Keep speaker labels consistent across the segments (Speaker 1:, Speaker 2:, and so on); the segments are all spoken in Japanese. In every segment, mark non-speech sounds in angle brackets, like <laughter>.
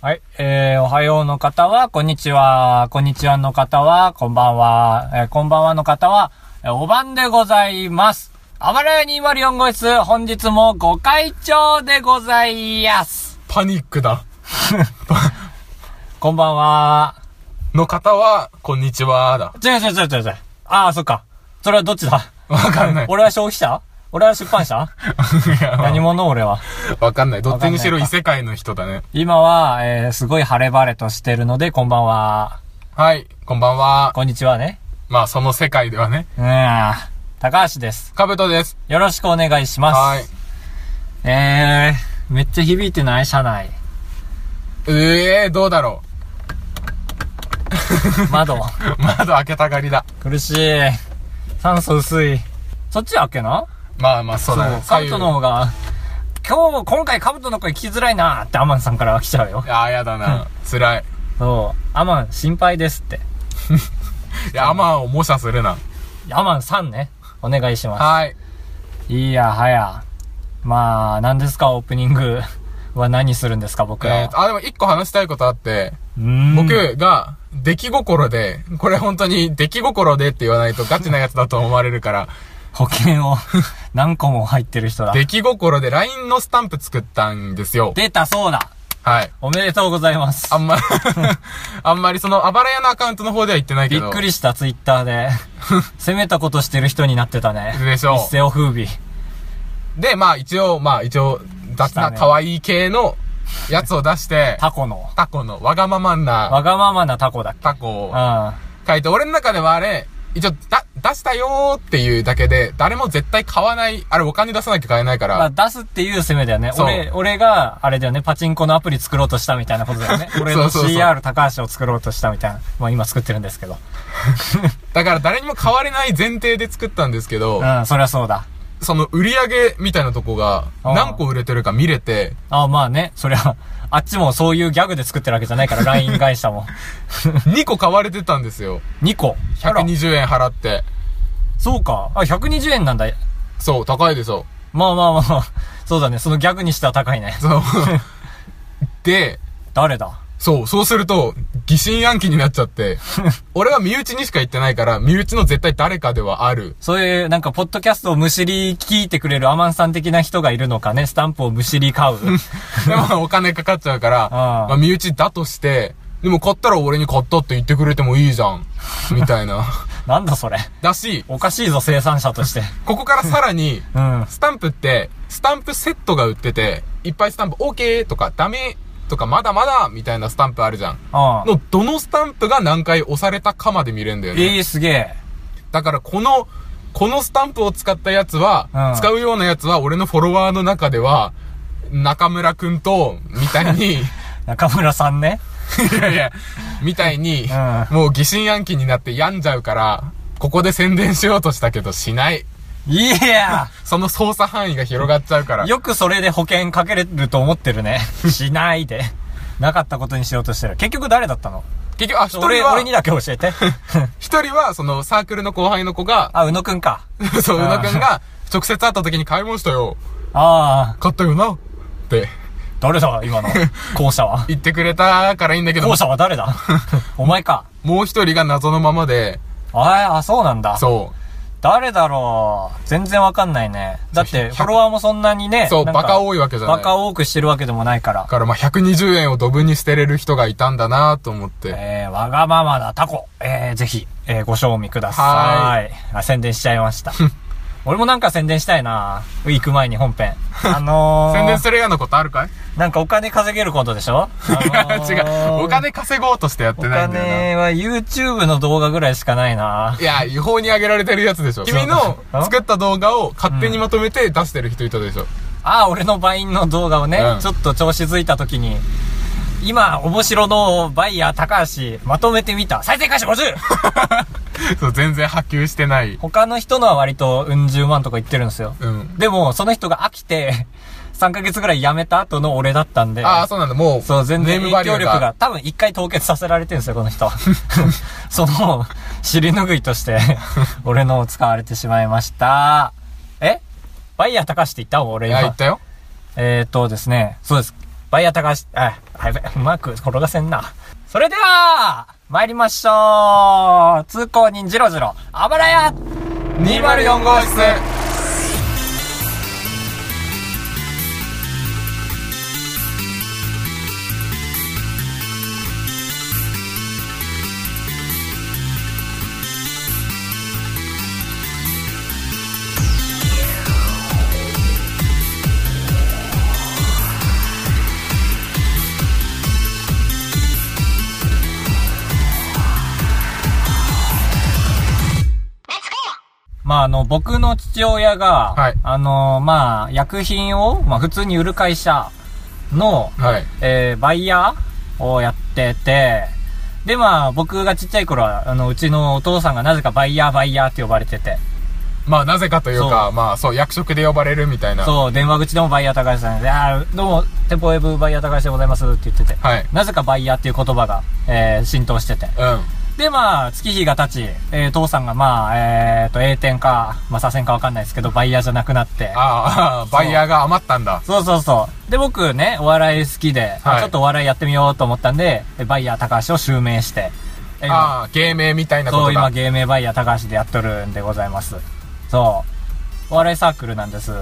Speaker 1: はい。えー、おはようの方は、こんにちは。こんにちはの方は、こんばんは。えー、こんばんはの方は、えーお晩でございます。あばらや204号室、本日もご会長でございます。
Speaker 2: パニックだ。
Speaker 1: こんばんは。
Speaker 2: の方は、こんにちは、だ。
Speaker 1: 違う違う違う違う違う。ああ、そっか。それはどっち
Speaker 2: <laughs>
Speaker 1: だ
Speaker 2: わかん
Speaker 1: <laughs>
Speaker 2: ない。
Speaker 1: 俺は消費者俺は出版
Speaker 2: <laughs>
Speaker 1: 社
Speaker 2: いや
Speaker 1: 何者俺は。
Speaker 2: わかんない。どっちにしろ異世界の人だね。
Speaker 1: 今は、えー、すごい晴れ晴れとしてるので、こんばんは。
Speaker 2: はい、こんばんは。
Speaker 1: こんにちはね。
Speaker 2: まあ、その世界ではね。
Speaker 1: うーん。高橋です。
Speaker 2: かぶとです。
Speaker 1: よろしくお願いします。
Speaker 2: はい。
Speaker 1: えー、めっちゃ響いてない車内。
Speaker 2: ええー、どうだろ <laughs>
Speaker 1: 窓。
Speaker 2: う。窓開けたがりだ。
Speaker 1: 苦しい。酸素薄い。そっちやっけな
Speaker 2: まあまあ、そうだね。
Speaker 1: カブトの方が、今日、今回カブトの声聞きづらいなーってアマンさんから来ちゃうよ。
Speaker 2: ああ、やだな。辛い。
Speaker 1: そう。アマン心配ですって。
Speaker 2: いや、アマンを模写するな。
Speaker 1: アマンさんね。お願いしま
Speaker 2: はい。
Speaker 1: す。いいや、はや。まあ、何ですか、オープニングは何するんですか、僕ら
Speaker 2: えー
Speaker 1: は。
Speaker 2: と、あ、でも一個話したいことあって、
Speaker 1: うーん。
Speaker 2: 僕が、出来心で、これ本当に出来心でって言わないとガチなやつだと思われるから、
Speaker 1: 保険を何個も入ってる人だ。
Speaker 2: 出来心で LINE のスタンプ作ったんですよ。
Speaker 1: 出たそうだ
Speaker 2: はい。
Speaker 1: おめでとうございます。
Speaker 2: あんま、 <laughs> あんまりその、あばら屋のアカウントの方では言ってない
Speaker 1: び
Speaker 2: け
Speaker 1: っ
Speaker 2: ど。
Speaker 1: くりした、ツイッターで。
Speaker 2: <laughs>
Speaker 1: 攻めたことしてる人になってたね。
Speaker 2: でしょう
Speaker 1: 一世を風靡。
Speaker 2: で、まあ一応、まあ一応、雑
Speaker 1: した
Speaker 2: な
Speaker 1: ね
Speaker 2: 可愛い系のやつを
Speaker 1: <laughs>
Speaker 2: 出して、
Speaker 1: タコの。
Speaker 2: タコのわがままな
Speaker 1: わがままなタコだっけ
Speaker 2: タコを
Speaker 1: う
Speaker 2: 書いて、俺の中ではあれ、一応、だ、出したよーっていうだけで、誰も絶対買わない、あれお金出さなきゃ買えないか
Speaker 1: ん。まあ、
Speaker 2: ら、
Speaker 1: 出すっていう攻めだよね。
Speaker 2: そう
Speaker 1: 俺、俺が、あれだよね、パチンコのアプリ作ろうとしたみたいなことだよね。俺の
Speaker 2: <laughs> そうそうそう
Speaker 1: CR 高橋を作ろうとしたみたいな。まあ今作ってるんですけど。
Speaker 2: だから誰にも買われない前提で作ったんですけど
Speaker 1: う、ん、そりゃそうだ。
Speaker 2: その売り上げみたいなとこが、
Speaker 1: あー
Speaker 2: 何個売れてるか見れて、
Speaker 1: あまあね、そりゃ、あっちもそういうギャグで作ってるわけじゃない
Speaker 2: <laughs>
Speaker 1: から、LINE 会社も。
Speaker 2: 2個買われてたんですよ。
Speaker 1: 2個。あら
Speaker 2: 120円払って。
Speaker 1: そうか。あ、120円なんだ。
Speaker 2: そう、高いでしょ。
Speaker 1: まあまあまあ、そうだね。そのギャグにしては高いね。 <laughs>
Speaker 2: そう。で、
Speaker 1: 誰だ
Speaker 2: そう、そうすると、疑心暗鬼になっち
Speaker 1: <laughs>
Speaker 2: ゃって、俺は身内にしか言ってないから、身内の絶対誰かでは
Speaker 1: <laughs>
Speaker 2: ある。
Speaker 1: そういう、なんか、ポッドキャストをむしり聞いてくれるアマンさん的な人がいるのかね、スタンプをむしり
Speaker 2: <laughs>
Speaker 1: 買う。
Speaker 2: でもお金かかっちゃうから、
Speaker 1: ああ
Speaker 2: まあ、身内だとして、でも買ったら俺に買ったって言ってくれてもいいじゃん。みた
Speaker 1: <laughs>
Speaker 2: いな。
Speaker 1: なんだそれ。
Speaker 2: だし、
Speaker 1: おかしいぞ、生産者として。
Speaker 2: ここからさらに、 <laughs>
Speaker 1: うん。
Speaker 2: スタンプって、スタンプセットが売ってて、いっぱいスタンプ OK とかダメとかまだまだみたいなスタンプあるじゃん。
Speaker 1: ああ。
Speaker 2: の、どのスタンプが何回押されたかまで見れんだよね。
Speaker 1: ええすげえ。
Speaker 2: だからこの、このスタンプを使ったやつは、
Speaker 1: うん
Speaker 2: 使うようなやつは俺のフォロワーの中では、中村くんと、みたいに、
Speaker 1: <laughs>
Speaker 2: い
Speaker 1: 中村さんね。
Speaker 2: やいや、みたいに、
Speaker 1: う
Speaker 2: もう疑心暗鬼になって病んじゃうから、ここで宣伝しようとしたけどしない。
Speaker 1: いや
Speaker 2: その操作範囲が広がっちゃうから。
Speaker 1: よくそれで保険かけれると思ってるね。しないで。なかったことにしようとしてる。結局誰だったの
Speaker 2: 結局、あ、一人
Speaker 1: 俺、俺にだ
Speaker 2: は、
Speaker 1: け教えて。
Speaker 2: 一人は、そのサークルの後輩の
Speaker 1: <laughs>
Speaker 2: 子が、
Speaker 1: あ、宇野くんか。
Speaker 2: そう、宇野くんが、直接会った時に買いましたよ。
Speaker 1: ああ、
Speaker 2: 買ったよな。って
Speaker 1: 誰だ、
Speaker 2: <laughs>
Speaker 1: 今の。校舎は。
Speaker 2: 言ってくれたからいいんだけど
Speaker 1: 校、舎は誰
Speaker 2: <laughs>
Speaker 1: だお前か。
Speaker 2: もう一人が謎のままで、
Speaker 1: ああ、そうなんだ。
Speaker 2: そ
Speaker 1: 誰だろう全然わかんないね。だって、フォロワーもそんなにね。
Speaker 2: う。そう、
Speaker 1: なんか
Speaker 2: バカ多いわけじゃない。
Speaker 1: バカ多くしてるわけでもないから
Speaker 2: だ。からまあ120円をドブに捨てれる人がいたんだなと思って。
Speaker 1: えー、わがままなタコ。えー、ぜひ、えー、ご賞味ください。あ、宣伝しちゃいま
Speaker 2: <laughs>
Speaker 1: した。俺もなんか宣伝したいな行く前に本
Speaker 2: <laughs>
Speaker 1: 編。あのー、
Speaker 2: 宣伝するようなことあるかい、
Speaker 1: なんかお金稼げることでしょ、あのー
Speaker 2: <laughs> 違う。お金稼ごうとしてやっ
Speaker 1: お
Speaker 2: てないんだよ
Speaker 1: 金は YouTube の動画ぐらいしかないな
Speaker 2: な。いや、違法にあげられてるやつでしょ。君の
Speaker 1: うん
Speaker 2: 作った動画を勝手にまとめて出してる人いたでしょ。
Speaker 1: ああ、俺のバインの動画をね、
Speaker 2: うん
Speaker 1: ちょっと調子づいた時に、今、面白のバイヤー高橋、まとめてみた。再生回数
Speaker 2: <laughs>
Speaker 1: 50!
Speaker 2: そう、全然波及してない。
Speaker 1: 他の人のは割と、うん十万とか言ってるんですよ。
Speaker 2: うん。
Speaker 1: でも、その人が飽きて、3ヶ月ぐらい辞めた後の俺だったんで、
Speaker 2: ああ、そうなんだ。もう、
Speaker 1: そう、全然
Speaker 2: ネームバ
Speaker 1: 影
Speaker 2: リュ
Speaker 1: 響
Speaker 2: ー
Speaker 1: 力が、。多分一回凍結させられてるんですよ、この
Speaker 2: <laughs>
Speaker 1: 人は。その、尻拭いとして、俺のを使われてしまいました。えバイヤー高橋って言った俺
Speaker 2: い
Speaker 1: 今。
Speaker 2: や、言ったよ。
Speaker 1: えー、っとですね、そうです。バイヤー高橋、あ、はい、うまく転がせんな。それでは、参りましょう。通行人じろじろ、あばらや
Speaker 2: 204号室
Speaker 1: まあ、あの、僕の父親が、
Speaker 2: はい
Speaker 1: あの、まあ、薬品を、まあ、普通に売る会社の、
Speaker 2: はい。
Speaker 1: えーバイヤーをやってて、で、まあ、僕がちっちゃい頃は、あの、うちのお父さんがなぜかバイヤーバイヤーって呼ばれてて、
Speaker 2: まあ、なぜかというか、
Speaker 1: そう
Speaker 2: まあ、そう、役職で呼ばれるみたいな。
Speaker 1: そう、電話口でもバイヤー高橋さんで、あーどうも、テンポウェブバイヤー高橋でございますって言ってて、
Speaker 2: はい。
Speaker 1: なぜかバイヤーっていう言葉が、えー浸透してて。
Speaker 2: うん。
Speaker 1: で、まあ、月日が経ち、えー父さんが、まあ、えーと、A 点か、まあ、左線かわかんないですけど、バイヤーじゃなくなって、
Speaker 2: ああ、バイヤーが余ったんだ。
Speaker 1: そうそうそう。で、僕ね、お笑い好きで、あ
Speaker 2: はい
Speaker 1: ちょっとお笑いやってみようと思ったんで、えバイヤー高橋を襲名して、え今
Speaker 2: ああ、芸名みたいなこ
Speaker 1: そう、
Speaker 2: と
Speaker 1: 今
Speaker 2: だ。
Speaker 1: 芸名バイヤー高橋でやっとるんでございます。そう。お笑いサークルなんです。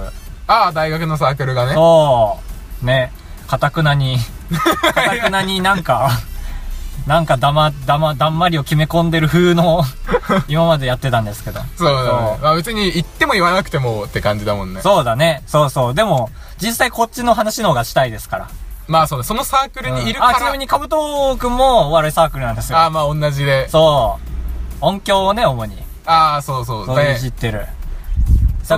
Speaker 2: ああ、大学のサークルがね。
Speaker 1: そう。ね、かたくなに、かたくなになんか、なんかだま、だま、だんまりを決め込んでる風の、今までやってたんですけど。
Speaker 2: そうだ
Speaker 1: そ
Speaker 2: ね
Speaker 1: う。
Speaker 2: まあ、別に言っても言わなくてもって感じだもんね。
Speaker 1: そうだね。そうそう。でも、実際こっちの話の方がしたいですから。
Speaker 2: まあ、そうだ。そのサークルにいるから。
Speaker 1: あ、ちなみに、カブトくんもお笑いサークルなんですよ。
Speaker 2: ああ、まあ、同じで。
Speaker 1: そう。音響をね、主に。
Speaker 2: ああ、そうそう。
Speaker 1: そうい
Speaker 2: で
Speaker 1: じってる。
Speaker 2: そ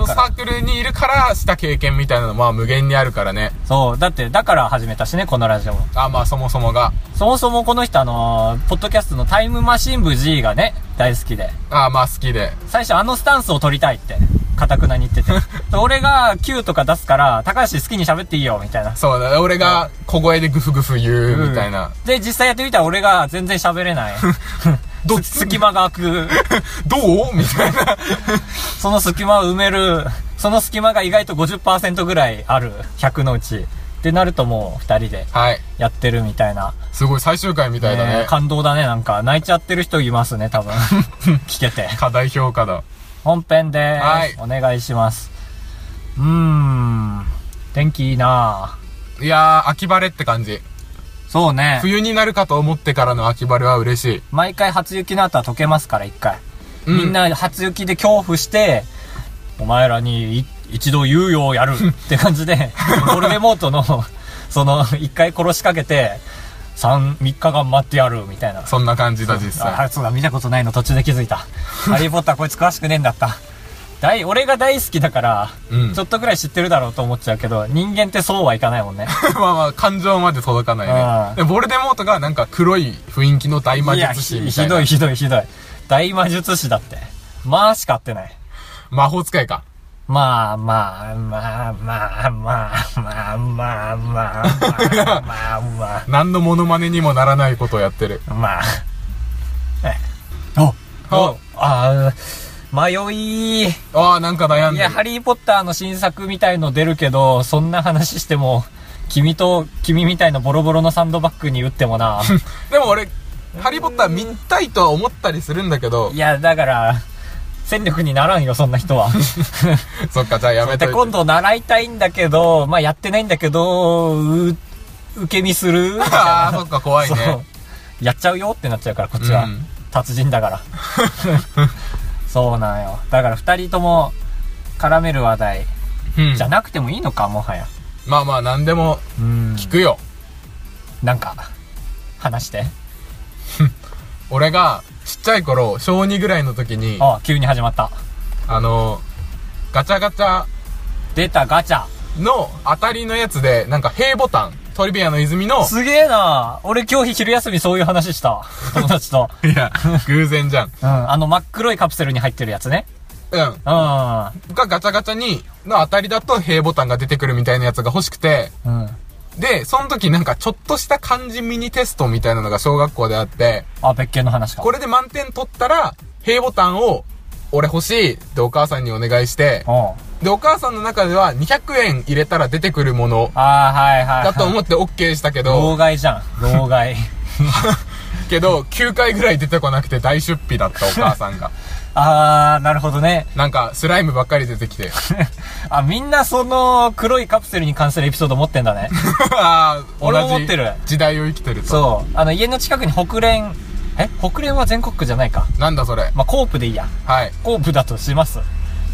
Speaker 1: だ
Speaker 2: の
Speaker 1: か
Speaker 2: サ
Speaker 1: ら、
Speaker 2: ークルにいるからした経験みたいなのまあ無限にあるからね。
Speaker 1: そう。だって、だから始めたしね、このラジオも。
Speaker 2: あ、まあそもそもが。
Speaker 1: そもそもこの人、あのーポッドキャストのタイムマシン部 G がね、大好きで。
Speaker 2: あまあ好きで。
Speaker 1: 最初あのスタンスを取りたいって、かたくなに言って
Speaker 2: <laughs>
Speaker 1: て。で俺が Q とか出すから、高橋好きに喋っていいよ、みたいな。
Speaker 2: そうだ。俺が小声でグフグフ言うみたいな。
Speaker 1: で、実際やってみたら俺が全然喋れない。
Speaker 2: <laughs> ど
Speaker 1: す隙間が空く。
Speaker 2: どうみたい
Speaker 1: <laughs>
Speaker 2: な。
Speaker 1: その隙間を埋める、その隙間が意外と50%ぐらいある、100のうち。ってなるともう二人で
Speaker 2: はい。
Speaker 1: やってるみたいな。
Speaker 2: すごい最終回みたいだ
Speaker 1: え
Speaker 2: ね
Speaker 1: ー。感動だね、なんか。泣いちゃってる人いますね、
Speaker 2: <laughs>
Speaker 1: 多分。聞けて。
Speaker 2: 課題評価だ。
Speaker 1: 本編でーす。
Speaker 2: はい
Speaker 1: お願いします。うーん。天気いいない
Speaker 2: やー、秋晴れって感じ。
Speaker 1: ぁそうね。
Speaker 2: <laughs> 冬になるかと思ってからの秋晴れは嬉しい。
Speaker 1: 毎回初雪の後は溶けますから、一回。
Speaker 2: うん
Speaker 1: みんな初雪で恐怖して、お前らにい一度猶予をやるって感じ
Speaker 2: <laughs>
Speaker 1: で、ボルデモートの、その、一回殺しかけて、三、三日間待ってやる、みたいな。
Speaker 2: そんな感じだ実際。
Speaker 1: あ、そうだ、見たことないの途中で気づい
Speaker 2: <laughs>
Speaker 1: た。ハリーポッターこいつ詳しくねえんだった。大、俺が大好きだから、
Speaker 2: うん
Speaker 1: ちょっとぐらい知ってるだろうと思っちゃうけど、人間ってそうはいかないもんね。
Speaker 2: <laughs> まあまあ、感情まで届かな
Speaker 1: うん
Speaker 2: いね。で、ボルデモートがなんか黒い雰囲気の大 <laughs> 魔
Speaker 1: いや
Speaker 2: 術師
Speaker 1: ひ、
Speaker 2: みた
Speaker 1: ひ
Speaker 2: いな。
Speaker 1: どいひどいひどい。大魔術師だって。まあしか合ってない。
Speaker 2: 魔法使いか。
Speaker 1: まあまあ、まあまあまあまあまあまあまあまあまあ
Speaker 2: 何のモノマネにもならないことをやってる。
Speaker 1: まあ。えお
Speaker 2: お
Speaker 1: あー迷い。い
Speaker 2: ああ、なんか悩んで
Speaker 1: や、
Speaker 2: る。
Speaker 1: ハリーポッターの新作みたいの出るけど、そんな話しても、君と、君みたいなボロボロのサンドバッグに打ってもな。
Speaker 2: でも俺、ハリーポッター見たいとは思ったりするんだけど
Speaker 1: い、や、だから、戦力にならんよ、そんな人は。
Speaker 2: そっか、じゃあやめと
Speaker 1: で、
Speaker 2: いて。
Speaker 1: 今度習いたいんだけど、まあやってないんだけど、う受け身する
Speaker 2: <laughs> ああ、そっか、怖い
Speaker 1: そう
Speaker 2: ね。
Speaker 1: やっちゃうよってなっちゃうからこっちは、
Speaker 2: うん
Speaker 1: 達人だ
Speaker 2: <laughs>
Speaker 1: からそうなんよだから2人とも絡める話題
Speaker 2: うん
Speaker 1: じゃなくてもいいのか、もはや
Speaker 2: まあまあ、何でも
Speaker 1: うん
Speaker 2: 聞くよ。
Speaker 1: なんか話して
Speaker 2: 俺が、ちっちゃい頃、小2ぐらいの時に、
Speaker 1: あ急に始まった
Speaker 2: あの、ガチャガチャ
Speaker 1: 出たガチャ
Speaker 2: の当たりのやつで、なんか、平ボタン、トリビアの泉の、
Speaker 1: すげえな俺今日昼休みそういう話した友達
Speaker 2: <laughs>
Speaker 1: と
Speaker 2: いや、偶然じゃん。
Speaker 1: うんあの真っ黒いカプセルに入ってるやつね
Speaker 2: うん。
Speaker 1: うんうん
Speaker 2: がガチャガチャに、の当たりだと平ボタンが出てくるみたいなやつが欲しくて、で、その時なんかちょっとした漢字ミニテストみたいなのが小学校であって、
Speaker 1: あ別件の話か
Speaker 2: これで満点取ったら、平ボタンを、俺欲しいってお母さんにお願いして、
Speaker 1: う
Speaker 2: で、お母さんの中では200円入れたら出てくるもの
Speaker 1: ああ、はいはい、はい。
Speaker 2: だと思って OK したけ
Speaker 1: 老
Speaker 2: ど、
Speaker 1: 害じゃん。老
Speaker 2: <laughs>
Speaker 1: 害。
Speaker 2: けど、9回ぐらい出てこなくて大出費だったお母さんが。
Speaker 1: ああ、なるほどね。
Speaker 2: なんか、スライムばっかり出て
Speaker 1: <laughs>
Speaker 2: きて。
Speaker 1: あ、みんなその黒いカプセルに関するエピソード持ってんだ
Speaker 2: <laughs>
Speaker 1: ね。
Speaker 2: あー
Speaker 1: 俺も持ってる
Speaker 2: 同じ時代を生きてると。
Speaker 1: そう。あの、家の近くに北連、え北連は全国区じゃないか。
Speaker 2: なんだそれ。
Speaker 1: まあ、コープでいいや。
Speaker 2: はい。
Speaker 1: コープだとします。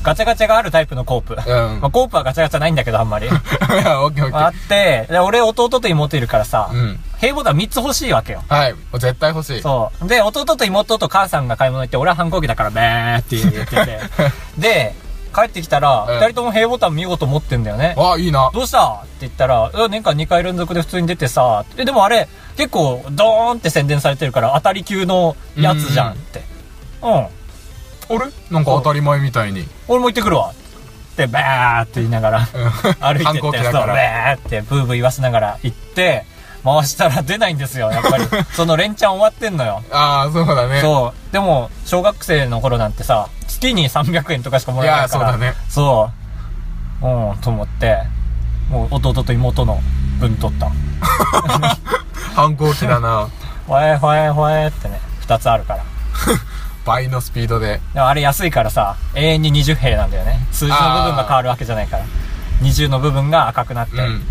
Speaker 1: ガチャガチャがあるタイプのコープ。
Speaker 2: ん <laughs>
Speaker 1: まあ、コープはガチャガチャないんだけど、あんまり。
Speaker 2: オッケーオッケ
Speaker 1: あ
Speaker 2: ー
Speaker 1: っ。て、で俺弟と妹いるからさ、
Speaker 2: うん
Speaker 1: 平ボタン3つ欲しいわけよ。
Speaker 2: はい。もう絶対欲しい。
Speaker 1: そう。で、弟と妹と母さんが買い物行って、俺は反抗期だから、べーって言って
Speaker 2: <laughs>
Speaker 1: て。で、帰ってきたら、
Speaker 2: うん
Speaker 1: 二人とも平ボタン見事持ってんだよね。
Speaker 2: ああ、いいな。
Speaker 1: どうしたって言ったら、うん年間2回連続で普通に出てさ、え、でもあれ、結構、ドーンって宣伝されてるから、当たり級のやつじゃんって。うん。
Speaker 2: あれなんか当たり前みたいに。
Speaker 1: 俺も行ってくるわ。って、バーって言いながら、 <laughs> 歩いて
Speaker 2: 反
Speaker 1: っ
Speaker 2: 抗期
Speaker 1: て、そ
Speaker 2: だ
Speaker 1: う、
Speaker 2: か
Speaker 1: バー
Speaker 2: ら。
Speaker 1: ってブーブー言わせながら行って、回したら出ないんですよ、やっ
Speaker 2: <laughs>
Speaker 1: ぱり。その連チャン終わってんのよ。
Speaker 2: ああ、そうだね。
Speaker 1: そう。でも、小学生の頃なんてさ、月に300円とかしかもらえないから。
Speaker 2: いやそうだね。
Speaker 1: そう。うん、と思って、もう弟と妹の分取った。
Speaker 2: 反抗期
Speaker 1: <laughs>
Speaker 2: だな。
Speaker 1: ほえほえほえってね、二つあるから。
Speaker 2: 倍のスピードで。
Speaker 1: でもあれ安いからさ、永遠に20平なんだよね。数字の部分が変わるわけじゃないから。20の部分が赤くなって、
Speaker 2: うん。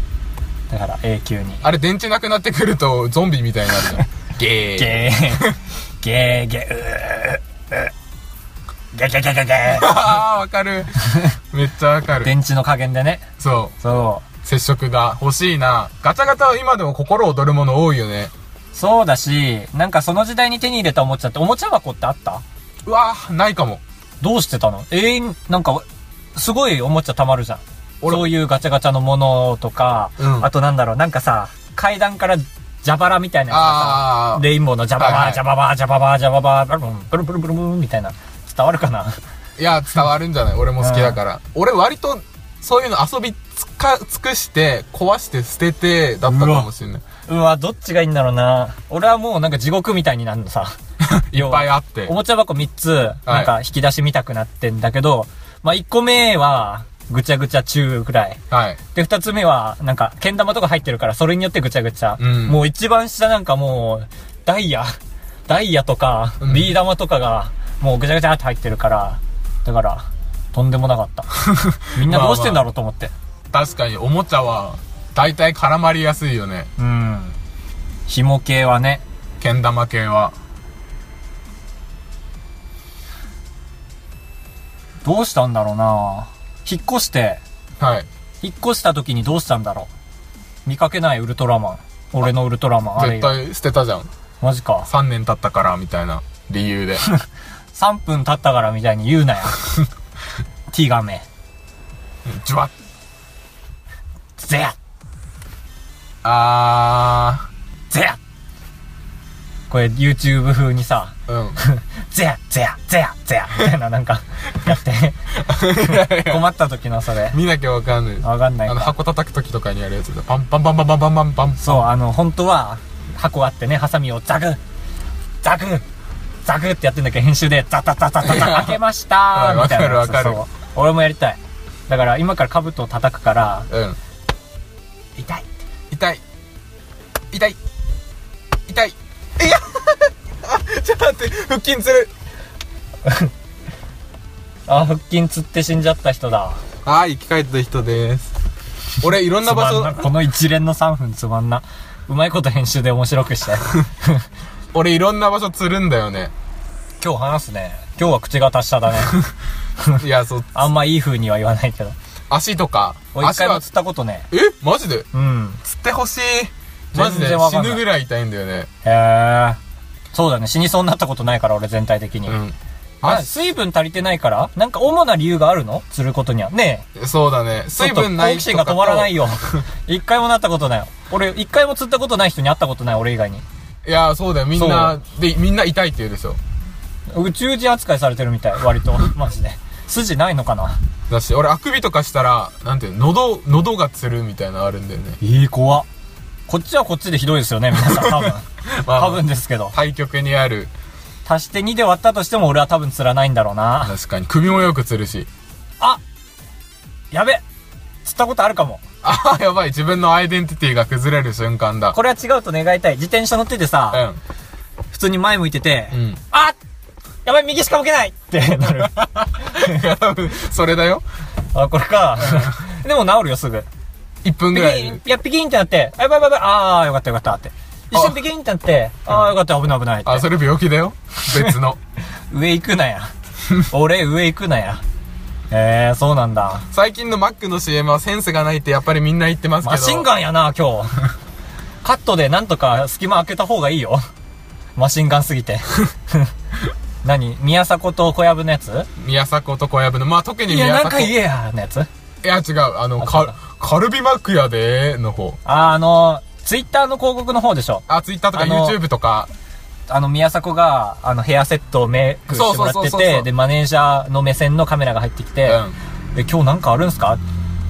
Speaker 1: だから永久に。
Speaker 2: あれ電池なくなってくるとゾンビみたいになるじゃん。ゲー。
Speaker 1: <laughs>
Speaker 2: <laughs>
Speaker 1: ゲー、ゲー、ゲー、うーうーゲーゲーゲーゲーゲー。
Speaker 2: ああ、わ
Speaker 1: <laughs>
Speaker 2: かる。めっちゃわかる。
Speaker 1: 電池の加減でね。
Speaker 2: そ。
Speaker 1: そう
Speaker 2: 接触が欲しいな。ガチャガチャは今でも心躍るもの多いよね。
Speaker 1: う。そうだし、なんかその時代に手に入れたおもちゃって、おもちゃ箱ってあった
Speaker 2: うわーないかも。
Speaker 1: どうしてたの永遠、なんか、すごいおもちゃ溜まるじゃん。
Speaker 2: 俺
Speaker 1: そういうガチャガチャのものとか、
Speaker 2: うん
Speaker 1: あとなんだろう、なんかさ、階段から蛇腹みたいなやつが
Speaker 2: あ
Speaker 1: さ、
Speaker 2: ー
Speaker 1: レインボーの蛇
Speaker 2: はい
Speaker 1: 腹、
Speaker 2: はい
Speaker 1: 蛇腹、蛇腹、蛇腹、ブルブン、ブルブルブルブルンみたいな。伝わるかない
Speaker 2: や、伝わるんじゃない俺も好きだから。俺割と、そういうの遊びつか、尽くして、壊して捨てて、だったかもしれない。
Speaker 1: うわ、どっちがいいんだろうな。俺はもうなんか地獄みたいになるのさ。い
Speaker 2: いっぱいあって
Speaker 1: お。もちゃ箱3つ、なんか引き出し見たくなってんだけど、まあ1個目は、ぐちゃぐちゃ中ぐらい。
Speaker 2: はい。
Speaker 1: で、二つ目は、なんか、剣玉とか入ってるから、それによってぐちゃぐちゃ。
Speaker 2: うん
Speaker 1: もう一番下なんかもう、ダイヤ、ダイヤとか、
Speaker 2: うん
Speaker 1: ビー玉とかが、もうぐちゃぐちゃって入ってるから、だから、とんでもなか
Speaker 2: <laughs>
Speaker 1: った。みんなどうしてんだろうと思って。
Speaker 2: 確かにおもちゃは、大体絡まりやすいよね。
Speaker 1: うん。紐系はね。
Speaker 2: けん玉系は。
Speaker 1: どうしたんだろうな引っ越して、
Speaker 2: はい。
Speaker 1: 引っ越した時にどうしたんだろう見かけないウルトラマン。俺のウルトラマン。あれ
Speaker 2: 絶、対捨てたじゃん。
Speaker 1: マジか。
Speaker 2: 3年経ったから、みたいな理由で。
Speaker 1: <laughs> 3分経ったからみたいに言う
Speaker 2: <laughs>
Speaker 1: なよ。ティガメ。
Speaker 2: じゅわっ。
Speaker 1: ゼア
Speaker 2: あ
Speaker 1: ゼアこれ YouTube 風にさ、
Speaker 2: ー。うん。
Speaker 1: ゼアゼアゼアゼアみたいななんか、やって。
Speaker 2: <laughs>
Speaker 1: 困った時のそれ。
Speaker 2: 見なきゃわかん
Speaker 1: <laughs>
Speaker 2: ない。
Speaker 1: わかんない
Speaker 2: あの、
Speaker 1: か。
Speaker 2: 箱叩く時とかにやるやつだ。パンパンパンパンパンパンパンパン。
Speaker 1: そう、あの、本当は、箱あってね、ハサミをザクザクザクってやってんだけど、編集でザタザタ
Speaker 2: <laughs>
Speaker 1: ザタ開けました
Speaker 2: はい
Speaker 1: ーみたいなや
Speaker 2: わ
Speaker 1: つ。
Speaker 2: かるわかる
Speaker 1: そう俺もやりたい。だから今から兜を叩くから、
Speaker 2: うん。
Speaker 1: 痛い。
Speaker 2: 痛い痛い痛いいや <laughs> ちょっと待って腹筋つる
Speaker 1: あ、腹筋つって死んじゃった人だ。
Speaker 2: はい生き返った人です俺いろんな
Speaker 1: つ
Speaker 2: 場
Speaker 1: まんな。
Speaker 2: 所
Speaker 1: この一連の3分つまんな。うまいこと編集で面白くして。
Speaker 2: 俺いろんな場所つるんだ
Speaker 1: <laughs>
Speaker 2: よね
Speaker 1: 今日話すね。今日は口が達者だ
Speaker 2: <laughs>
Speaker 1: ね。
Speaker 2: いやそう
Speaker 1: あんまいい風には言わないけど。
Speaker 2: 足とか
Speaker 1: 俺一
Speaker 2: 足
Speaker 1: 回も
Speaker 2: は
Speaker 1: 釣ったことね。
Speaker 2: えマジで
Speaker 1: うん。
Speaker 2: つってほしいマジで
Speaker 1: 全然わか
Speaker 2: 死
Speaker 1: んない
Speaker 2: ぬぐらい痛いんだよね
Speaker 1: へえ。そうだね。死にそうになったことないから、俺全体的に。
Speaker 2: うん
Speaker 1: あ、
Speaker 2: 足
Speaker 1: 水分足りてないからなんか主な理由があるの釣ることには。ねえ。
Speaker 2: そうだね水分ない
Speaker 1: ちょっと好奇心が止まらない
Speaker 2: よ <laughs>
Speaker 1: よ。一回もなったことない。俺、一回も釣ったことない人に会ったことない、俺以外に。
Speaker 2: いやそうだよみんなでみんな痛いって言うでしょ
Speaker 1: 宇宙人扱いされてるみたい、割
Speaker 2: <laughs>
Speaker 1: と。マジで。筋ないのかな
Speaker 2: だし俺あくびとかしたらなんていうの喉喉がつるみたいなのあるんだよね
Speaker 1: ええ、怖っこっちはこっちでひどいですよね、皆さん。多
Speaker 2: <laughs>
Speaker 1: 分。
Speaker 2: まあ
Speaker 1: 多分ですけど。
Speaker 2: 対極にある
Speaker 1: 足して2で割ったとしても俺は多分釣らないんだろうな。
Speaker 2: 確かに首もよくつるし
Speaker 1: あやべ釣ったことあるかも。
Speaker 2: ああ、やばい。自分のアイデンティティが崩れる瞬間だ。
Speaker 1: これは違うと願いたい。自転車乗ってて
Speaker 2: う
Speaker 1: さ、
Speaker 2: ん。
Speaker 1: 普通に前向いてて、
Speaker 2: うん <laughs>
Speaker 1: あやばい、右しか向けないってなる。
Speaker 2: それだよ。
Speaker 1: あ、これか。でも治るよ、すぐ。
Speaker 2: 1分
Speaker 1: ピ
Speaker 2: ぐ
Speaker 1: キ
Speaker 2: ら
Speaker 1: ン、
Speaker 2: い
Speaker 1: い。や、ピキンってなって、あ、やばいやばいやばい、あー、よかったよかったって。一瞬ピキンってなって、あー、よかった、危ない危ないって
Speaker 2: あ、。それ病気だよ。別の。
Speaker 1: 上行くな
Speaker 2: <laughs>
Speaker 1: や。俺、上行くなや。えー、そうなんだ。
Speaker 2: 最近のマックの CM はセンスがないってやっぱりみんな言ってますけど。
Speaker 1: マシンガンやな、今
Speaker 2: <laughs>
Speaker 1: 日。カットでなんとか隙間開けた方がいいよ。マシンガンすぎ
Speaker 2: <laughs>
Speaker 1: て。何宮迫と小籔のやつ
Speaker 2: 宮迫と小籔の。まあ、特に
Speaker 1: いや、
Speaker 2: 宮
Speaker 1: なんか
Speaker 2: 迫。
Speaker 1: 言えや、のやつ。
Speaker 2: いや、違う。あの、
Speaker 1: あそうだ
Speaker 2: カカルビマックやでーの方。
Speaker 1: あ、あの、ツイッターの広告の方でしょ。
Speaker 2: あ、ツイッターとか
Speaker 1: あの
Speaker 2: YouTube とか。
Speaker 1: あの、宮迫が、あの、ヘアセットをメイクしてもらっ
Speaker 2: そう
Speaker 1: て
Speaker 2: そうそうそう
Speaker 1: て、で、マネージャーの目線のカメラが入ってき
Speaker 2: う
Speaker 1: て、
Speaker 2: ん。
Speaker 1: で今日なんかあるんすか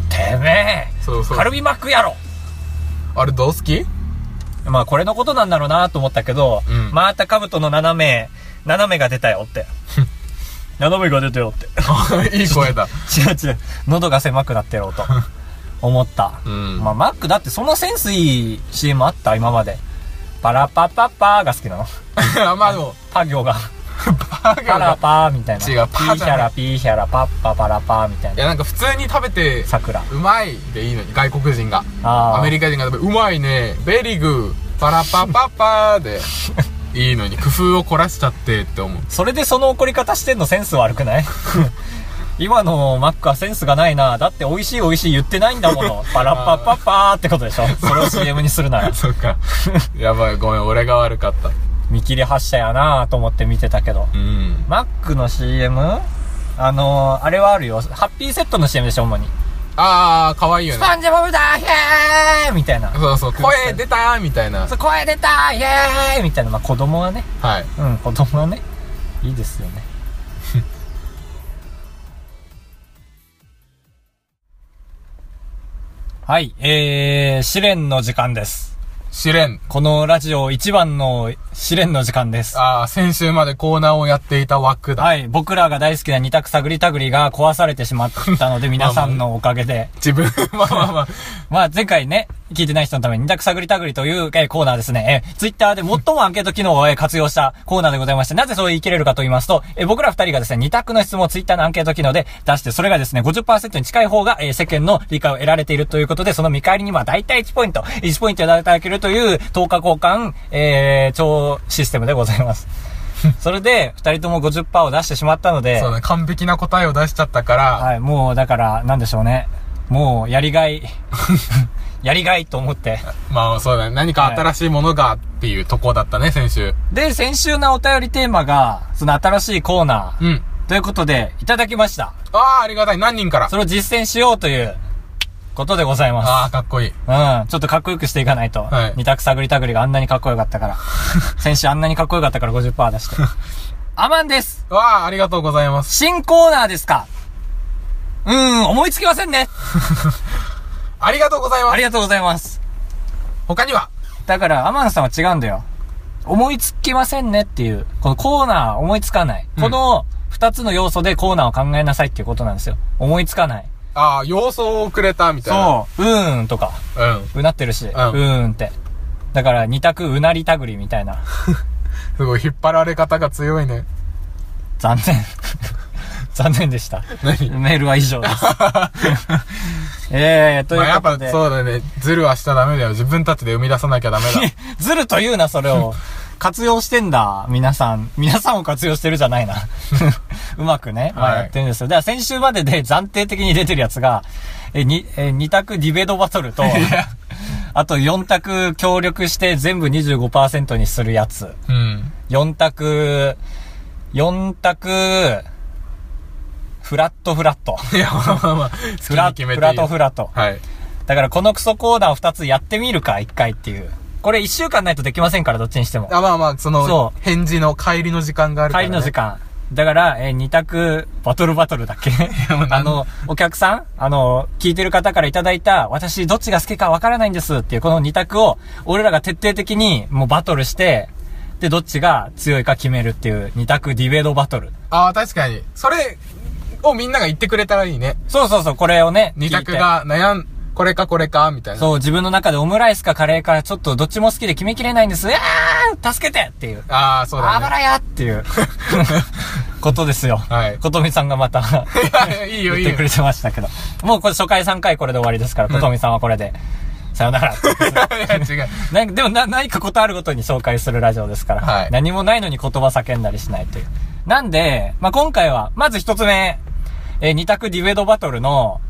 Speaker 1: てめ
Speaker 2: そう
Speaker 1: え
Speaker 2: そう
Speaker 1: カ。ルビマックやろ
Speaker 2: あれどう好き <laughs>
Speaker 1: まあこれのことなんだろうなと思ったけど、
Speaker 2: うん
Speaker 1: また兜の斜め、斜めが出たよっ
Speaker 2: <laughs>
Speaker 1: て。斜めが出たよって。
Speaker 2: いい声だ。
Speaker 1: 違う違う。喉が狭くなってろうと。思った。
Speaker 2: うん
Speaker 1: まあマックだってそんなセンスいい CM あった今まで。パラパパパーが好きなの。
Speaker 2: <laughs> まあでも、
Speaker 1: パ行が。
Speaker 2: バ
Speaker 1: パ
Speaker 2: ーガ
Speaker 1: ラ
Speaker 2: ーが。
Speaker 1: パーみたいな。
Speaker 2: 違うパ
Speaker 1: ピ
Speaker 2: ー
Speaker 1: ーヒ
Speaker 2: じゃない
Speaker 1: ャラピーヒャラパッパパラパーみたい
Speaker 2: い
Speaker 1: な。
Speaker 2: や、なんか普通に食べて、
Speaker 1: 桜。
Speaker 2: うまいでいいのに、外国人が。
Speaker 1: あー
Speaker 2: アメリカ人が食べ、うまいね、ベリグー、パラパパパ
Speaker 1: <laughs>
Speaker 2: ーで、いいのに、工夫を凝らしちゃってって思う。
Speaker 1: それでその怒り方してんのセンス悪くない <laughs> 今のマックはセンスがないな。だって美味しい美味しい言ってないんだも <laughs> の。パラッパッパッパーってことでしょ。 <laughs> それを CM にするなら。
Speaker 2: そ
Speaker 1: <laughs>
Speaker 2: っか。やばい、ごめん、俺が悪かった。
Speaker 1: 見切り発車やなと思って見てたけど。
Speaker 2: うん。
Speaker 1: マックの CM? あのー、あれはあるよ。ハッピーセットの CM でしょ、主に。
Speaker 2: あー、可愛いよ
Speaker 1: ス
Speaker 2: ね。
Speaker 1: パンジボブだーイェーイみたいな。
Speaker 2: そうそう、声出たーみたいな。
Speaker 1: そう声出たーイェーイみたいな。まあ子供はね。
Speaker 2: はい。
Speaker 1: うん、子供はね。いいですよね。 <laughs> はい、えー、試練の時間です。
Speaker 2: 試練。
Speaker 1: このラジオ一番の試練の時間です。
Speaker 2: あー、先週までコーナーをやっていた枠だ。
Speaker 1: はい、僕らが大好きな二択探り探りが壊されてし <laughs> まったので、皆さんのおかげで。
Speaker 2: 自分、 <laughs> まあまあまあ、
Speaker 1: <laughs> まあ前回ね、聞いてない人のために二択探り探りという、えーコーナーですね。えー、ツイッターで最もアンケート機能を、えー活用したコーナーでございまして、なぜそう言い切れるかと言いますと、えー僕ら二人がですね、二択の質問をツイッターのアンケート機能で出して、それがですね、50%に近い方が、えー世間の理解を得られているということで、その見返りには大体1ポイント、1ポイントいただけるという、10日交換、えー、超システムでございます。 <laughs> それで、二人とも50%を出してしまったので、
Speaker 2: そうだ、完璧な答えを出しちゃったから、
Speaker 1: はい、もうだから、なんでしょうね。もう、やり
Speaker 2: <laughs>
Speaker 1: がい、やりがいと思って。
Speaker 2: まあそうだね、何か新しいものがっていうとこだったね、先週。
Speaker 1: で、先週のお便りテーマが、その新しいコーナ
Speaker 2: うん。
Speaker 1: ー、ということで、いただきました。
Speaker 2: あー、ありがたい。何人から
Speaker 1: そ。れを実践しようという、ことでございま
Speaker 2: あー、かっこいい。
Speaker 1: す。うん。ちょっとかっこよくしていかないと。
Speaker 2: はい
Speaker 1: 二択探り探りがあんなにかっこよかった
Speaker 2: <laughs>
Speaker 1: から。先週あんなにかっこよかったから50%出して。アマンです
Speaker 2: わあ、ありがとうございます。
Speaker 1: 新コーナーですかうーん、思いつきませんね
Speaker 2: ありがとうございま
Speaker 1: あ
Speaker 2: す。
Speaker 1: りがとうございます。
Speaker 2: 他には、
Speaker 1: だから、アマンさんは違うんだよ。思いつきませんねっていう、このコーナー思いつかない。
Speaker 2: うん
Speaker 1: この二つの要素でコーナーを考えなさいっていうことなんですよ。思いつかない。
Speaker 2: ああ、様相をくれたみたいな。
Speaker 1: そう。うーんとか、
Speaker 2: そう。うん。
Speaker 1: うなってるし、うんーんって。だから、二択うなりたぐりみたいな。
Speaker 2: すごい、引っ張られ方が強いね。
Speaker 1: 残念。 <laughs> 残念で
Speaker 2: <laughs>
Speaker 1: した。
Speaker 2: 何
Speaker 1: メールは以上です。
Speaker 2: <laughs>
Speaker 1: えー、と
Speaker 2: まあ
Speaker 1: い
Speaker 2: や
Speaker 1: う
Speaker 2: っ
Speaker 1: こ
Speaker 2: ぱ
Speaker 1: とで。
Speaker 2: そうだね。ズルはしちゃダメだよ。自分たちで生み出さなきゃダメ
Speaker 1: <laughs>
Speaker 2: だ。
Speaker 1: ずると言うな、それを。活用してんだ、皆さん。皆さんを活用してるじゃないな。 <laughs> うまくね、ま
Speaker 2: は
Speaker 1: あ、
Speaker 2: い
Speaker 1: やってるんですよ。では先週までで暫定的に出てるやつが、え、に、え、二択ディベートバトルと、 <laughs> あと四択協力して全部25%にするやつ。
Speaker 2: うん。 <laughs>
Speaker 1: 四択、四択、フラットフラット。
Speaker 2: いや、まあまあまあ、好き
Speaker 1: フラ
Speaker 2: に
Speaker 1: フ
Speaker 2: 決めていい
Speaker 1: ラ
Speaker 2: よ
Speaker 1: トフラト。
Speaker 2: はい。
Speaker 1: だからこのクソコーナーを二つやってみるか、一回っていう。これ一週間ないとできませんから、どっちにしても。
Speaker 2: あ、まあまあ、その
Speaker 1: そ、
Speaker 2: 返事の帰りの時間があるか
Speaker 1: 帰
Speaker 2: ら、ね。
Speaker 1: りの時間。だから、えー二択、バトルバトルだっけ
Speaker 2: もうなん
Speaker 1: あの、お客さんあの、聞いてる方からいただいた、私どっちが好きかわからないんですっていう、この二択を、俺らが徹底的にもうバトルして、で、どっちが強いか決めるっていう、二択ディベートバトル。
Speaker 2: ああ、確かに。それ、をみんなが言ってくれたらいいね。
Speaker 1: そうそうそう、これをね、
Speaker 2: 二択
Speaker 1: 聞いて。
Speaker 2: が悩ん、これかこれか、みたいな。
Speaker 1: そう、自分の中でオムライスかカレーか、ちょっとどっちも好きで決めきれないんです。あー助けてっていう。
Speaker 2: ああ、そう
Speaker 1: あ
Speaker 2: だ
Speaker 1: ば
Speaker 2: ね。
Speaker 1: らやって <laughs> いう、ことですよ。
Speaker 2: はい
Speaker 1: ことみさんがまた、
Speaker 2: <laughs> い
Speaker 1: 言
Speaker 2: いよ、
Speaker 1: っ
Speaker 2: いい
Speaker 1: て
Speaker 2: よ
Speaker 1: く。れてましたけど。もうこれ初回3回これで終わりですから、ことみさんはこれで。さよな
Speaker 2: <laughs>
Speaker 1: ら。
Speaker 2: いや違う。
Speaker 1: なんかでもな、何かことあるごとに紹介するラジオですから、
Speaker 2: はい
Speaker 1: 何もないのに言葉叫んだりしないという。なんで、まあ、今回は、まず一つ目、えー二択ディベートバトル
Speaker 2: <laughs>
Speaker 1: の、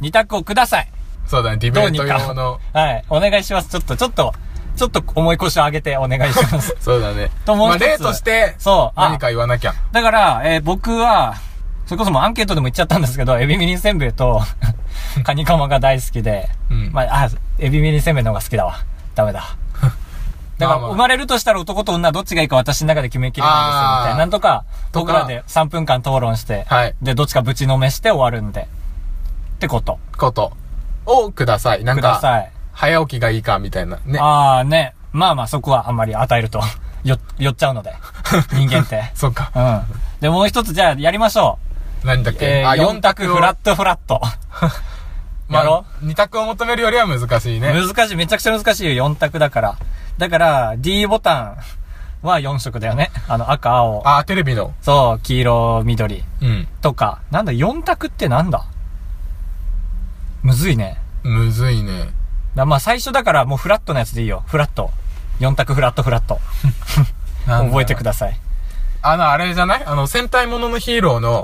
Speaker 1: 二択をください。
Speaker 2: そうだね、ディベ
Speaker 1: どう
Speaker 2: ー
Speaker 1: に
Speaker 2: ト用
Speaker 1: か
Speaker 2: の。。。
Speaker 1: はい。お願いします。ちょっと、ちょっと、ちょっと重い腰を上げてお願いします
Speaker 2: そうだね。
Speaker 1: ともう
Speaker 2: まあ
Speaker 1: 一つ
Speaker 2: 例として、
Speaker 1: そうあ
Speaker 2: 何か言わなきゃ。
Speaker 1: だから、えー僕は、それこそもうアンケートでも言っちゃったんですけど、エビミリンせんべいと、カニカマが大好きで、
Speaker 2: うん
Speaker 1: まあ、あ、エビミリンせんべいの方が好きだわ。ダメだ。だから、
Speaker 2: まあまあ
Speaker 1: 生まれるとしたら男と女どっちがいいか私の中で決めきれないですよ、みたい
Speaker 2: あ
Speaker 1: な。
Speaker 2: ー
Speaker 1: なんとか、
Speaker 2: と
Speaker 1: 僕
Speaker 2: から
Speaker 1: で3分間討論して、
Speaker 2: はい
Speaker 1: で、どっちかぶちのめして終わるんで。ってこと。
Speaker 2: ことをください。なん
Speaker 1: くだ
Speaker 2: か、
Speaker 1: さい。
Speaker 2: 早起きがいいか、みたいな。ね。
Speaker 1: ああね。まあまあそこはあんまり与えると、よ、寄っちゃう
Speaker 2: <laughs>
Speaker 1: ので。人間って。
Speaker 2: そっか
Speaker 1: う。ん。で、もう一つじゃあやりましょ
Speaker 2: 何だっ
Speaker 1: う。え
Speaker 2: け。
Speaker 1: ー、
Speaker 2: 四
Speaker 1: 4択フラットフラッ
Speaker 2: <laughs>
Speaker 1: ト。やろ
Speaker 2: 2択を求めるよりは難しいね。
Speaker 1: 難しい、めちゃくちゃ難しいよ、4択だから。だから、D ボタンは4色だよね。あの、赤、青、
Speaker 2: あー、テレビの。
Speaker 1: そう、黄色、緑
Speaker 2: うん。
Speaker 1: とか。なんだ、4択ってなんだむずいね。
Speaker 2: むずいね。
Speaker 1: だまあ最初だからもうフラットなやつでいいよ。フラット。4択フラットフラット。
Speaker 2: <laughs>
Speaker 1: 覚えてく
Speaker 2: だ
Speaker 1: ださい。
Speaker 2: あの、あれじゃないあの、戦隊もののヒーローのや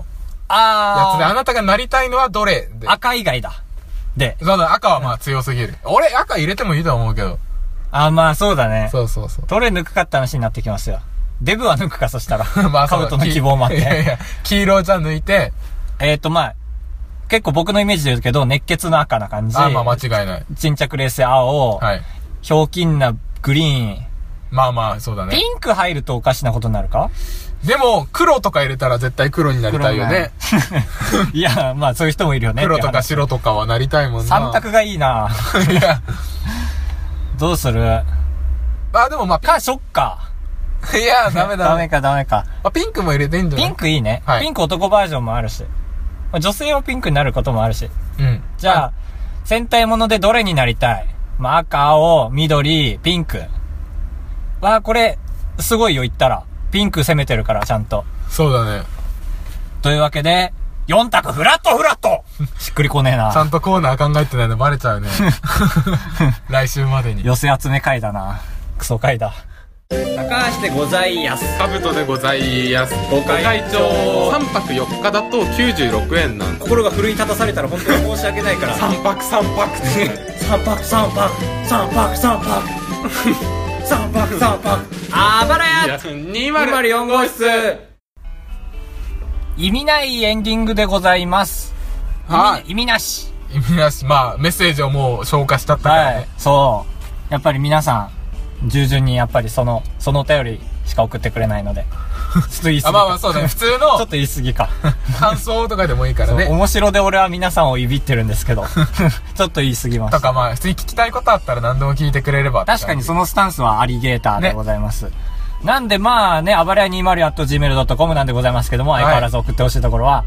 Speaker 2: つで、あ
Speaker 1: あ
Speaker 2: なたがなりたいのはどれで
Speaker 1: ー、。赤以外だ。で、
Speaker 2: そうだ、赤はまあ強すぎる。俺、赤入れてもいいと思うけど。
Speaker 1: あーまあそうだね。
Speaker 2: そうそうそう。 <laughs>
Speaker 1: どれ抜くかって話になってきますよ。デブは抜くか、そしたら。
Speaker 2: まあ、
Speaker 1: カブトの希望もあっ
Speaker 2: いやい
Speaker 1: て。
Speaker 2: や、黄色をじゃあ抜いて、
Speaker 1: えっとまあ、結構僕のイメージで言うけど、熱血の赤な感じ。
Speaker 2: あまあ間違いない。
Speaker 1: 沈着冷静青、
Speaker 2: はい。
Speaker 1: ひょうきんなグリーン。
Speaker 2: まあまあ、そうだ
Speaker 1: ピ
Speaker 2: ね。
Speaker 1: ンク入るとおかしなことになるか
Speaker 2: でも、黒とか入れたら絶対黒になりたいよね。 <laughs>
Speaker 1: いや、まあそういう人もいるよね。
Speaker 2: 黒とか
Speaker 1: って
Speaker 2: 白とかはなりたいもん
Speaker 1: 話
Speaker 2: な。
Speaker 1: 三択がいいな
Speaker 2: いや、
Speaker 1: どうする
Speaker 2: まあでもま
Speaker 1: か、ショッカ
Speaker 2: あ、いや、ダメ
Speaker 1: ー。
Speaker 2: だ。
Speaker 1: ダ
Speaker 2: ま
Speaker 1: メか、ダメか。
Speaker 2: あ、ピンクも入れていいんじゃな
Speaker 1: ピ
Speaker 2: い
Speaker 1: ンクいいね。
Speaker 2: はい
Speaker 1: ピンク男バージョンもあるし。女性はピンクになることもあるし。
Speaker 2: うん。
Speaker 1: じゃあ、戦隊ものでどれになりたいまあ、赤、青、緑、ピンク。わあ、これ、すごいよ、言ったら。ピンク攻めてるから、ちゃんと。
Speaker 2: そうだね。
Speaker 1: というわけで、4択フラットフラット <laughs> しっくりこねえ
Speaker 2: ちゃ
Speaker 1: な。
Speaker 2: んとコーナー考えてないのバレちゃうね。来週まで
Speaker 1: <laughs>
Speaker 2: に。
Speaker 1: 寄せ集め会だな。クソ会だ。高橋でございやす。
Speaker 2: カブトでございやす。
Speaker 1: ご会長
Speaker 2: 3泊4日だと96円なん
Speaker 1: 心が奮い立たされたら本当に申し訳ないから。
Speaker 2: 3泊3泊って。
Speaker 1: <laughs> 三泊三泊三泊三 <laughs> 泊三泊三泊あばらや
Speaker 2: 204
Speaker 1: 号室意味ないエンディングでございます
Speaker 2: はい
Speaker 1: 意味意味なし
Speaker 2: 意味なし、まあ、メッセージをもう消化したったからね。
Speaker 1: そうやっぱり皆さん従順にやっぱりそのそのお便りしか送ってくれないの
Speaker 2: <laughs>
Speaker 1: でちょっと言い過ぎか
Speaker 2: あ、まあまあそうだね。普
Speaker 1: ち
Speaker 2: 通
Speaker 1: ょっと
Speaker 2: の
Speaker 1: 言い過ぎか、
Speaker 2: 感想とかでもいいから
Speaker 1: そう
Speaker 2: ね。
Speaker 1: 面白で俺は皆さんをいびってるんですけ
Speaker 2: <laughs>
Speaker 1: どちょっと言い過ぎまし
Speaker 2: と
Speaker 1: た
Speaker 2: かまあ、普通に聞きたいことあったら何でも聞いてくれればって感じ。
Speaker 1: 確かにそのスタンスはアリゲーターでございます。なんでまあね、あばれや 20.gmail.com なんでございますけども、
Speaker 2: い
Speaker 1: 相変わらず送ってほしいところは、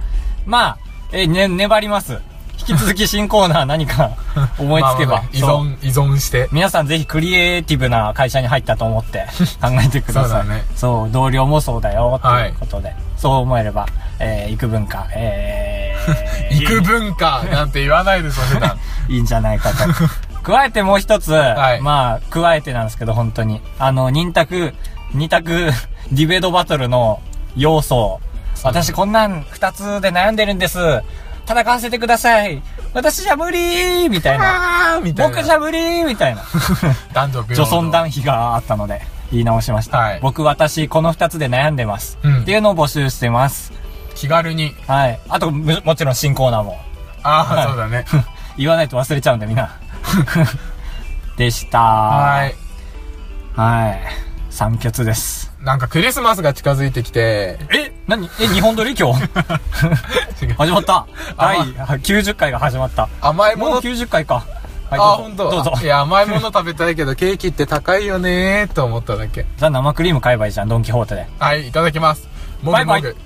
Speaker 1: まあ、え、ね、粘ります。引き続き新コーナー何
Speaker 2: <laughs>
Speaker 1: か思いつけ
Speaker 2: ま
Speaker 1: ば
Speaker 2: あまあ。ね依
Speaker 1: そう
Speaker 2: 存、依存して。
Speaker 1: 皆さんぜひクリエイティブな会社に入ったと思って
Speaker 2: <laughs>
Speaker 1: 考えてくだ
Speaker 2: そう
Speaker 1: さい。
Speaker 2: だね
Speaker 1: そう同僚もそうだよ、と
Speaker 2: はいいう
Speaker 1: ことで。そう思えれば、えー、幾分か、えー、
Speaker 2: <laughs> 行く文化なんて言わないでしょ、普段。
Speaker 1: <laughs> いいんじゃないかと。
Speaker 2: <laughs>
Speaker 1: 加えてもう一つ、
Speaker 2: い
Speaker 1: まあ、加えてなんですけど、本当に。あの、忍択、二択、ディベートバトルの要素。私こんなん二つで悩んでるんです。戦わせてください。私じゃ無理みたいな。
Speaker 2: あーみたいな。
Speaker 1: 僕じゃ無理み
Speaker 2: <laughs>
Speaker 1: たいな。
Speaker 2: 男女平
Speaker 1: 女
Speaker 2: 等。
Speaker 1: 村団費があったので、言い直しました。
Speaker 2: はい
Speaker 1: 僕、私、この二つで悩んでます、
Speaker 2: う
Speaker 1: っ
Speaker 2: ん
Speaker 1: ていうのを募集してます。
Speaker 2: 気軽に。
Speaker 1: はい。あと、むもちろん新コーナーも。
Speaker 2: ああ、そうだ
Speaker 1: <laughs>
Speaker 2: ね。
Speaker 1: 言わないと忘れちゃうんで、みんな。 <laughs> でした。
Speaker 2: はい。
Speaker 1: はい。三欠です。
Speaker 2: なんかクリスマスが近づいてきて、
Speaker 1: え何え、日本撮り今日
Speaker 2: 違
Speaker 1: <laughs>
Speaker 2: う
Speaker 1: 始まった。第
Speaker 2: あ
Speaker 1: 90回が始まった。
Speaker 2: 甘いも
Speaker 1: もう
Speaker 2: の、
Speaker 1: 90回か。はい、
Speaker 2: あ、
Speaker 1: どう
Speaker 2: 本
Speaker 1: ぞ。
Speaker 2: 当。
Speaker 1: どうぞ
Speaker 2: い。や、甘いもの食べたいけど、ケーキって高いよねーと思っただけ。
Speaker 1: じゃあ生クリーム買えばいいじゃん、ドンキホーテで。
Speaker 2: はい、いただきます。も
Speaker 1: バイ
Speaker 2: ぐ
Speaker 1: バ
Speaker 2: も
Speaker 1: イ
Speaker 2: ぐ。